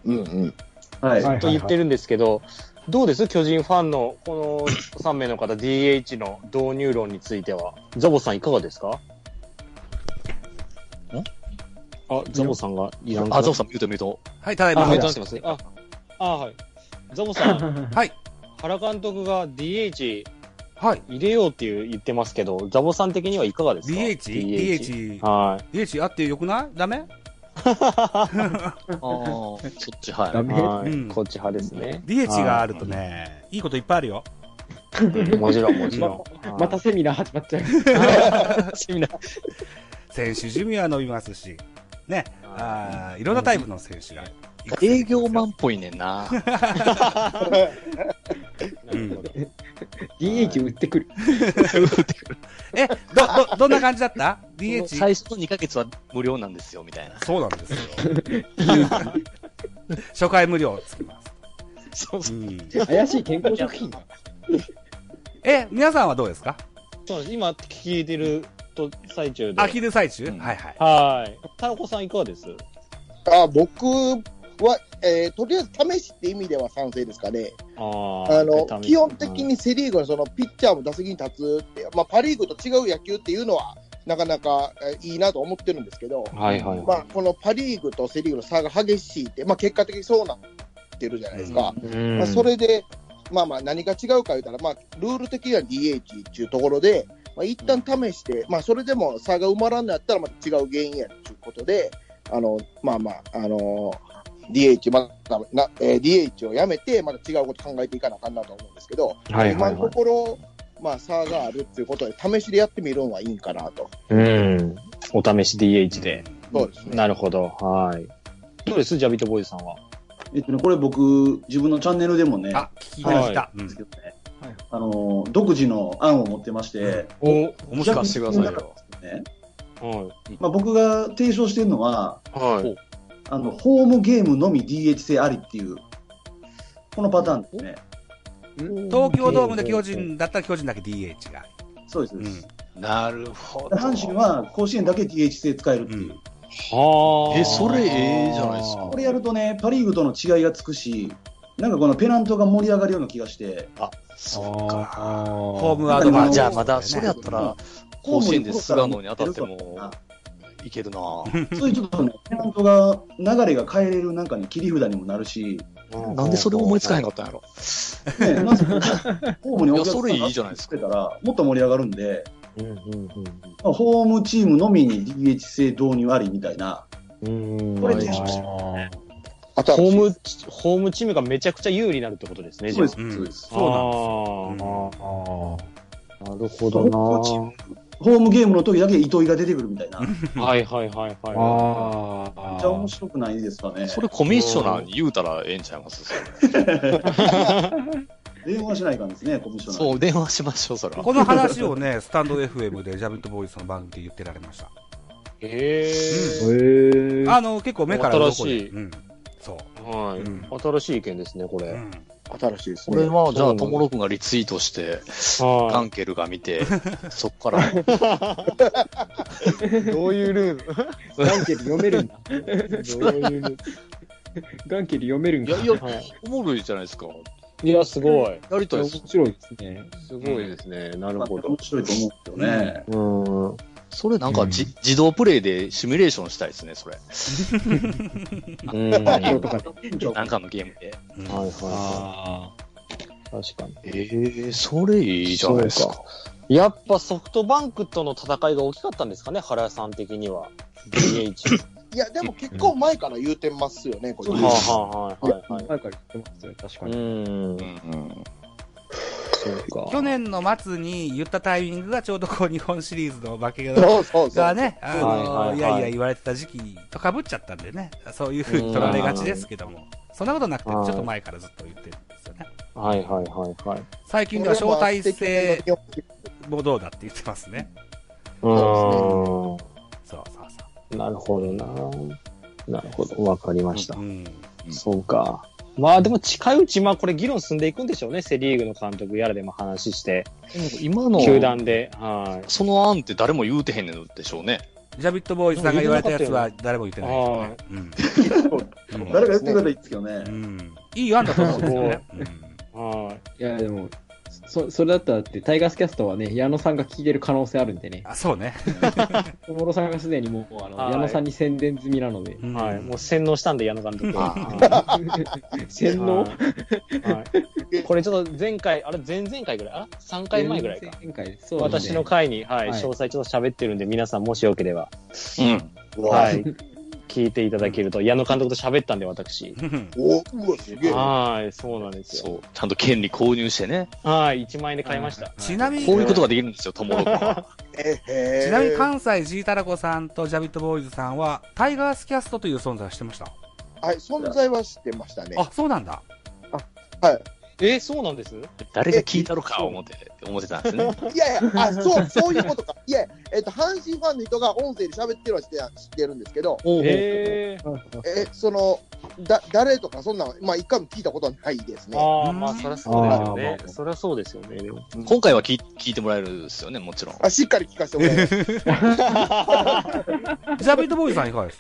Speaker 4: うんうん。
Speaker 6: [LAUGHS] はい。
Speaker 5: はい
Speaker 2: と言ってるんですけど、どうです巨人ファンのこの3名の方、DH の導入論については。ザボさんいかがですかあ、ザボさんがいらん
Speaker 3: あ、ゾウ
Speaker 2: さ
Speaker 3: さん、ミュートミュート。
Speaker 1: はい、ただい
Speaker 2: あ、
Speaker 1: ま
Speaker 2: ミュートになってますね。あ、あはい。ザボさん、
Speaker 1: [LAUGHS] はい、
Speaker 2: 原監督が DH
Speaker 1: はい。
Speaker 2: 入れようっていう言ってますけど、ザボさん的にはいかがですか
Speaker 1: DH?DH、
Speaker 2: は
Speaker 1: DH あってよくないダメ
Speaker 3: ああ、そっち、はい。
Speaker 5: ダ
Speaker 2: い。
Speaker 5: メ。
Speaker 2: はい。
Speaker 1: うん
Speaker 2: こっち派で
Speaker 1: [LAUGHS]
Speaker 2: すね。
Speaker 1: ?DH があるとね、いいこといっぱいあるよ。
Speaker 2: もちろん、もちろん。 [LAUGHS] はい
Speaker 5: またセミナー始まっちゃう。
Speaker 2: セミナー
Speaker 1: 選手寿命は伸びますし、ね、あーいろんなタイプの選手が。
Speaker 3: 営業マンっぽいねんな。
Speaker 1: うん
Speaker 2: なるほど
Speaker 5: DH 売ってくる。
Speaker 1: え、ど、ど、どんな感じだった ?DH?
Speaker 3: 最初の2ヶ月は無料なんですよ、み [LAUGHS] たいな。
Speaker 1: そうなんですよ。初回無料つきます。
Speaker 3: そうそう。
Speaker 1: うん
Speaker 5: 怪しい健康食品。
Speaker 1: え、皆さんはどうですか
Speaker 2: そうです。今、聞いてると最中で。
Speaker 1: あ、聞いてる最中、
Speaker 3: うん
Speaker 1: はいはい。
Speaker 2: はい。タラコさんいかがです
Speaker 4: あ僕は、えーとりあえず試しって意味では賛成ですかね。
Speaker 2: あー
Speaker 4: あの
Speaker 2: 試す
Speaker 4: 基本的にセ・リーグのそのピッチャーも打席に立つって、まあ、パ・リーグと違う野球っていうのは、なかなかえーいいなと思ってるんですけど、
Speaker 2: はいはいはい
Speaker 4: まあ、このパ・リーグとセ・リーグの差が激しいって、まあ、結果的にそうなってるじゃないですか。
Speaker 2: うん
Speaker 4: まあ、それで、まあまあ、何が違うか言うたら、まあ、ルール的には DH っていうところで、まあ、一旦試して、まあ、それでも差が埋まらんのやったら、また違う原因やということで、あの、まあまあ、あの DH, またな、えー DH をやめて、また違うこと考えていかなあかんなと思うんですけど、
Speaker 2: は
Speaker 4: 今のところ、まあ、差があるっていうことで、試しでやってみるのはいいんかなと。
Speaker 2: うん。お試し DH で。
Speaker 4: そうですね。
Speaker 2: なるほど。はい。どうですジャビットボーイズさんは。
Speaker 6: えっとね、これ僕、自分のチャンネルでもね、
Speaker 1: あ、聞きました。
Speaker 2: は
Speaker 1: うん
Speaker 6: ですけどね、あのー独自の案を持ってまして、
Speaker 2: お、
Speaker 3: おもしかしてくださいよ。
Speaker 6: ね
Speaker 2: はい。
Speaker 6: まあ、僕が提唱してるのは
Speaker 3: はい。
Speaker 6: あの、ホームゲームのみ DH 制ありっていう、このパターンですね。
Speaker 1: 東京ドームで巨人だったら巨人だけ DH が。
Speaker 6: そうです。
Speaker 1: う
Speaker 6: そうんで。す
Speaker 3: なるほど。
Speaker 6: 阪神は甲子園だけ DH 制使えるって
Speaker 1: う
Speaker 6: いう。
Speaker 1: ん。
Speaker 2: はあ。
Speaker 3: えそれええじゃないですか
Speaker 6: これやるとね、パ・リーグとの違いがつくし、なんかこのペナントが盛り上がるような気がして、
Speaker 3: そうか。
Speaker 1: ホー
Speaker 2: ホ
Speaker 1: ムアドバンテー
Speaker 6: あ
Speaker 1: ジ
Speaker 3: じゃあ
Speaker 1: ね
Speaker 3: まだ、それやったら、甲子園で菅野に当たっても、いけるな
Speaker 6: そういうちょっとね、ペナントが流れが変えれるなんかね、切り札にもなるし、
Speaker 2: ー
Speaker 3: なんでそれ思いつかへんかったんやろ。 [LAUGHS]
Speaker 6: ね、まず、ホームにお客さん
Speaker 3: いやそれいいじゃないですか
Speaker 6: 来てたら、もっと盛り上がるんで、
Speaker 2: うんうん
Speaker 6: まあホームチームのみに DH 制導入ありみたいな、
Speaker 2: うん。うん
Speaker 6: これ
Speaker 2: はい
Speaker 6: 提唱して
Speaker 4: あとは
Speaker 2: ホーム、ホームチームがめちゃくちゃ有利になるってことですね、じ
Speaker 6: そ
Speaker 2: ゃあ
Speaker 6: うです、
Speaker 1: うん
Speaker 6: そうです。
Speaker 1: そうなんですよ
Speaker 2: あーなるほ
Speaker 6: ホームホームゲームの時だけ糸井が出てくるみたいな、めっ
Speaker 2: はいはいはいはい。
Speaker 5: ああ
Speaker 6: ちゃ面白くないですかね。
Speaker 3: それコミッショナーに言うたらええんちゃいますそれ
Speaker 6: 電話しないかんですね、コミッショナーに。
Speaker 3: そう、電話しましょう、それは。
Speaker 1: この話をね、 [LAUGHS] スタンド FM でジャビットボーイズの番組で言ってられました。
Speaker 2: へ
Speaker 5: へ
Speaker 2: え。
Speaker 5: え。
Speaker 1: あの、結構目から鱗
Speaker 2: 新し
Speaker 1: で。
Speaker 2: い
Speaker 1: うん。そう。
Speaker 2: はい、
Speaker 1: うん
Speaker 2: 新しい意見ですね、これ。
Speaker 1: う
Speaker 2: はい、
Speaker 1: ん。
Speaker 4: 新しいです
Speaker 3: これ
Speaker 4: ね。
Speaker 3: は、じゃ
Speaker 2: そうな
Speaker 3: あ、
Speaker 2: んだ
Speaker 3: ともろくんがリツイートして、ガンケルが見 [LAUGHS] て、そっから、
Speaker 2: どういうルール
Speaker 5: ガンケル読めるんだ。どういうガンケル読めるん
Speaker 3: い
Speaker 5: だ。
Speaker 3: やいや
Speaker 2: は、
Speaker 3: おもろいじゃないですか。
Speaker 2: いや、すごい。
Speaker 3: やりたい
Speaker 5: 面
Speaker 3: です。
Speaker 5: 白いですね。
Speaker 2: すごいですね。なる
Speaker 6: まあ
Speaker 2: ほど
Speaker 6: 面。白いと思うんですよね。
Speaker 2: うん。
Speaker 3: それなんか、じ
Speaker 5: う
Speaker 3: 自動プレイでシミュレーションしたいですね、それ。
Speaker 2: うん。はい
Speaker 5: 今日とかで
Speaker 3: なんかのゲームで。
Speaker 1: うん
Speaker 2: は
Speaker 5: あ
Speaker 2: い。確かに。
Speaker 3: ええそれいいじゃないですか。
Speaker 2: やっぱソフトバンクとの戦いが大きかったんですかね、原さん的には。DH。
Speaker 4: いや、でも結構前から言うてますよね、これ。
Speaker 2: はあはあはいはいは
Speaker 5: あ。なんか言ってますよ、確か
Speaker 2: い。う
Speaker 5: に。
Speaker 2: ん
Speaker 3: う。ん
Speaker 5: そうか。
Speaker 1: 去年の末に言ったタイミングがちょうどこう日本シリーズの化けが
Speaker 4: そうそうそ
Speaker 1: が
Speaker 4: う。
Speaker 1: ね、あの
Speaker 2: はいはいはい
Speaker 1: いやいや言われてた時期とかぶっちゃったんでね、そういうふうに取られがちですけども、そんなことなくて、ちょっと前からずっと言ってるんですよね。
Speaker 2: はいはいはいはい。
Speaker 1: 最近では招待制
Speaker 4: これはまあ素敵な日
Speaker 1: もどうだって言ってますね。
Speaker 2: う
Speaker 1: そう
Speaker 2: ー
Speaker 1: そうそ
Speaker 2: ん。なるほどな。なるほど。わかりました
Speaker 1: う。。うん。
Speaker 2: そうか。まあでも近いうち、まあこれ議論進んでいくんでしょうね。セリーグの監督やらでも話して、
Speaker 3: 今の、
Speaker 2: 球団で。はい。
Speaker 3: その案って誰も言うてへんのでしょうね。
Speaker 1: ジャビットボーイズさんが言われたやつは誰も言ってないですよね。うんうん
Speaker 6: 誰か言ってくれたらいいですけどね
Speaker 1: う。ん。いい案だと思うんですよね。
Speaker 2: はい
Speaker 5: や、でも、そそれだったらって、タイガースキャストはね、矢野さんが聞いてる可能性あるんでね
Speaker 1: うん、あ、そうね。
Speaker 5: 小室さんがすでにもうあの、
Speaker 2: はい
Speaker 5: 矢野さんに宣伝済みなので、
Speaker 1: う
Speaker 2: い。
Speaker 1: ん
Speaker 2: はい。もう洗脳したんで、矢野監督。
Speaker 3: あ
Speaker 2: は
Speaker 5: 洗脳
Speaker 2: いはいこれちょっと前回、あれ前々回ぐらいあ ?3 回前ぐらいか。
Speaker 5: 前回ですそうです
Speaker 2: 私
Speaker 5: ね
Speaker 2: の回に、はい、
Speaker 5: はい
Speaker 2: 詳細ちょっと喋ってるんで、皆さんもしよければ、
Speaker 3: うん。
Speaker 4: うわ [LAUGHS]
Speaker 2: はい、聞いていただけると、矢野監督と喋ったんで、私。
Speaker 4: おうわ、すげえ。
Speaker 2: はい、そうなんですよ。
Speaker 3: そう。ちゃんと権利購入してね。
Speaker 2: はい、1万円で買いました。
Speaker 1: [LAUGHS] ちなみに、
Speaker 3: こういうことができるんですよ、ともろは。
Speaker 4: えへー
Speaker 1: ちなみに関西ジータラコさんとジャビットボーイズさんは、タイガースキャストという存在をしてました。
Speaker 4: はい、存在は知ってましたね。
Speaker 1: あ、そうなんだ。
Speaker 2: え、そうなんです
Speaker 3: 誰が聞いたのか、思って、思ってたんですね。
Speaker 4: いやいや、
Speaker 1: [LAUGHS]
Speaker 4: あ、そう、そういうことか。いや、えっ、と、阪神ファンの人が音声で喋ってるのは知って知ってるんですけど、
Speaker 2: えー、
Speaker 4: え、その、だ、誰とか、そんなん、まあ、一回も聞いたことはないですね。
Speaker 2: あ
Speaker 1: う
Speaker 2: あ、
Speaker 1: ん
Speaker 2: まあ、そりゃそうですよね
Speaker 5: あ。ー
Speaker 2: そりゃそうですよね。でも
Speaker 3: 今回は聞い聞いてもらえるですよね、もちろん。
Speaker 4: あ、しっかり聞かせてもらいます。
Speaker 1: ジャビットボーイズさんいかがです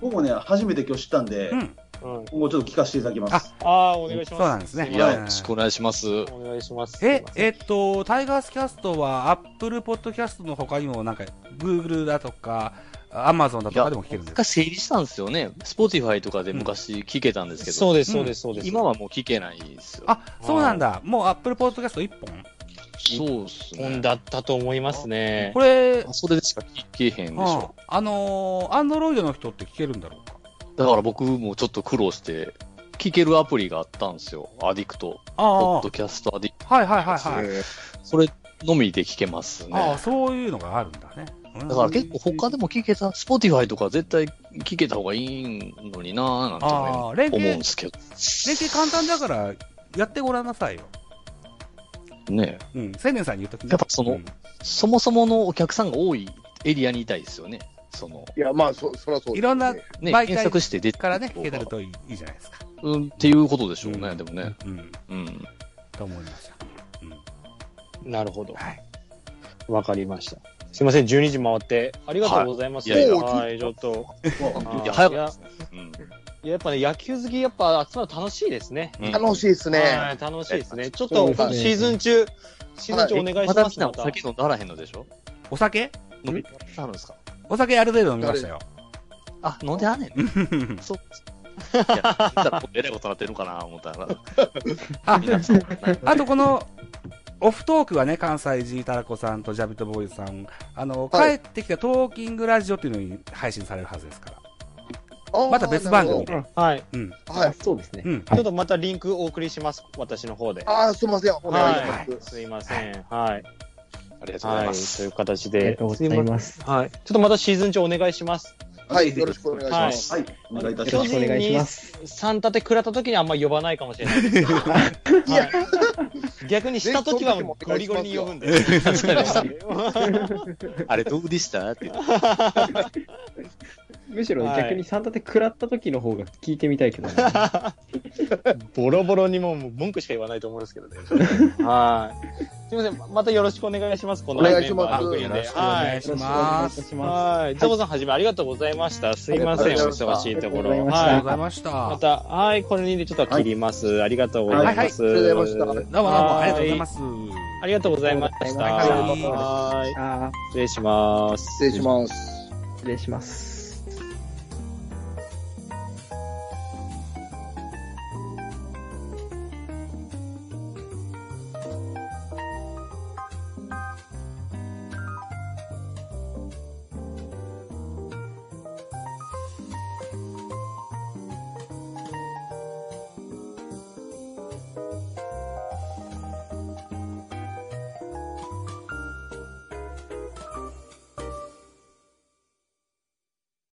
Speaker 6: 僕もね、初めて今日知ったんで
Speaker 1: う、ん。
Speaker 2: うん、
Speaker 6: 今後ちょっと聞かせていただきます。
Speaker 2: ああ、お願いします。
Speaker 1: そうなんですね
Speaker 2: ま
Speaker 3: いや、
Speaker 2: せん
Speaker 3: よろしくお願いします。
Speaker 2: お願いします。
Speaker 1: え
Speaker 2: すいま、せん
Speaker 1: えっと、タイガースキャストは、アップルポッドキャストの他にも、なんか、Google だとか、Amazon だとかでも聞けるんです
Speaker 3: が整理したんですよね。Spotify とかで昔聞けたんですけど、
Speaker 2: そうです、そうです、そうです。
Speaker 3: 今はもう聞けないですよ。
Speaker 1: あ、そうなんだ。もう Apple Podcast 一本
Speaker 3: そうっす
Speaker 2: 本
Speaker 3: ね。
Speaker 2: だったと思いますね
Speaker 1: こ。れ、
Speaker 3: それでしか聞けへんでしょ。
Speaker 1: あのー、アンドロイドの人って聞けるんだろうか。
Speaker 3: だから僕もちょっと苦労して、聞けるアプリがあったんですよ。アディクト。ポ
Speaker 1: あ
Speaker 3: ッドキャストアディク
Speaker 1: あ、はいはいはい [LAUGHS] はい。
Speaker 4: え
Speaker 3: ト。それのみで聞けますね。
Speaker 1: ああ、そういうのがあるんだね。うん
Speaker 3: だから結構他でも聞けた、Spotify とか絶対聞けた方がいいのになぁなんて
Speaker 1: あ
Speaker 3: 思
Speaker 1: あ、連
Speaker 3: う思う
Speaker 1: 携
Speaker 3: んで、すけど。
Speaker 1: 連携簡単だから、やってごらんなさいよ。
Speaker 3: ねえ
Speaker 1: うん、青年さんに言うとき
Speaker 3: やっぱその
Speaker 1: うん
Speaker 3: そもそものお客さんが多いエリアにいたいですよね。その、
Speaker 4: いや、まあ、そ、そらそうですね
Speaker 1: いろんな
Speaker 3: ね、
Speaker 1: 毎回
Speaker 3: 検索して出て
Speaker 1: からね、聞けたるといいいいじゃないですか。
Speaker 3: うん、っていうことでしょうね、
Speaker 1: うん
Speaker 3: でもね。
Speaker 1: うん、
Speaker 3: うん。
Speaker 1: と思いました。うん
Speaker 2: なるほど。
Speaker 1: はい。
Speaker 2: わかりました。すいません、12時回って、ありがとうございます。
Speaker 3: はいいやいや
Speaker 2: はい、ちょっと。
Speaker 3: いや、早
Speaker 2: い
Speaker 3: かったですね。うん。
Speaker 2: いややっぱね、野球好き、やっぱ集まるの楽しいですね。
Speaker 3: うん
Speaker 4: 楽しいですね。
Speaker 2: はい、楽しいですね。ちょっと、
Speaker 5: そうですね
Speaker 2: シーズン中、シーズン中お願いします。ま
Speaker 3: まだ
Speaker 2: た
Speaker 3: みんなお酒飲んだらへんのでしょ
Speaker 1: お酒
Speaker 3: 飲みあるんですか
Speaker 1: お酒ある程度飲みましたよ。
Speaker 3: あ、飲んでは
Speaker 2: [LAUGHS]
Speaker 3: んねんね。そう。いや、だったら、えらいことなってるかな、思ったら。
Speaker 1: あ
Speaker 3: みんなそうない
Speaker 1: あとこの、オフトークはね、関西ジータラコさんとジャビットボーイズさん、あの、
Speaker 4: はい
Speaker 1: 帰ってきたトーキングラジオっていうのに配信されるはずですから。
Speaker 4: あー
Speaker 1: また別番組
Speaker 4: なる
Speaker 1: で。
Speaker 2: はい。
Speaker 1: うん。
Speaker 4: ほどはい。
Speaker 5: そうですね。
Speaker 1: うん。
Speaker 2: ちょっとまたリンクお送りします。私の方で。
Speaker 4: ああ、すみません。お願いし
Speaker 2: は
Speaker 4: ま
Speaker 2: い。
Speaker 4: す。
Speaker 2: すいません。はい。
Speaker 3: ありがとうござい
Speaker 2: は
Speaker 3: ま
Speaker 2: い。と
Speaker 3: す。
Speaker 2: いう形
Speaker 5: あり
Speaker 2: で
Speaker 5: がとうご。
Speaker 2: す
Speaker 5: ざ
Speaker 2: い
Speaker 5: い
Speaker 2: ません。
Speaker 5: ます。
Speaker 2: はい。ちょっとまたシーズン中お願いします。
Speaker 4: はい。よろしくお願いします。
Speaker 6: はい、お願いいたし
Speaker 5: よ
Speaker 6: ま
Speaker 5: ろ
Speaker 6: す
Speaker 5: し。くお願いします。
Speaker 2: 三立て食らった時にあんま呼ばないかもしれないです。
Speaker 4: いや
Speaker 2: はい逆にした時はもうゴリゴリに呼ぶんで。
Speaker 3: あれ、どうでしたって言って
Speaker 5: むしろ
Speaker 2: はい
Speaker 5: 逆にサンタで食らった時の方が聞いてみたいけどね。
Speaker 2: ボロボロにもう文句しか言わないと思うんですけどね。はい。すみません。またよろしくお願いします。この
Speaker 4: お願いしま
Speaker 2: メンバ
Speaker 4: す
Speaker 2: ーの6人
Speaker 4: よ
Speaker 1: ろ
Speaker 2: で。
Speaker 1: しくお願
Speaker 2: はいい
Speaker 1: し。ます。
Speaker 5: よろしくお願いいたしま
Speaker 2: はい。ザボさんはじめありがとうございました。すいません。お
Speaker 4: ありがとうございま
Speaker 2: 忙
Speaker 4: した
Speaker 2: しいとこ
Speaker 5: あり
Speaker 2: ろ。
Speaker 5: がとうご
Speaker 1: ありがとう
Speaker 2: は
Speaker 1: ございました。
Speaker 2: い。また、はい。これにてちょっと切ります。ありがとうございます。。
Speaker 4: ありがとうござい
Speaker 1: どう
Speaker 4: ました。
Speaker 1: もどうもありがとうございますす。
Speaker 2: ありがとうございました。
Speaker 5: あり
Speaker 1: がとうございます
Speaker 2: はい。
Speaker 5: ああ、
Speaker 2: 失礼します。
Speaker 4: 失礼します。
Speaker 5: 失礼します。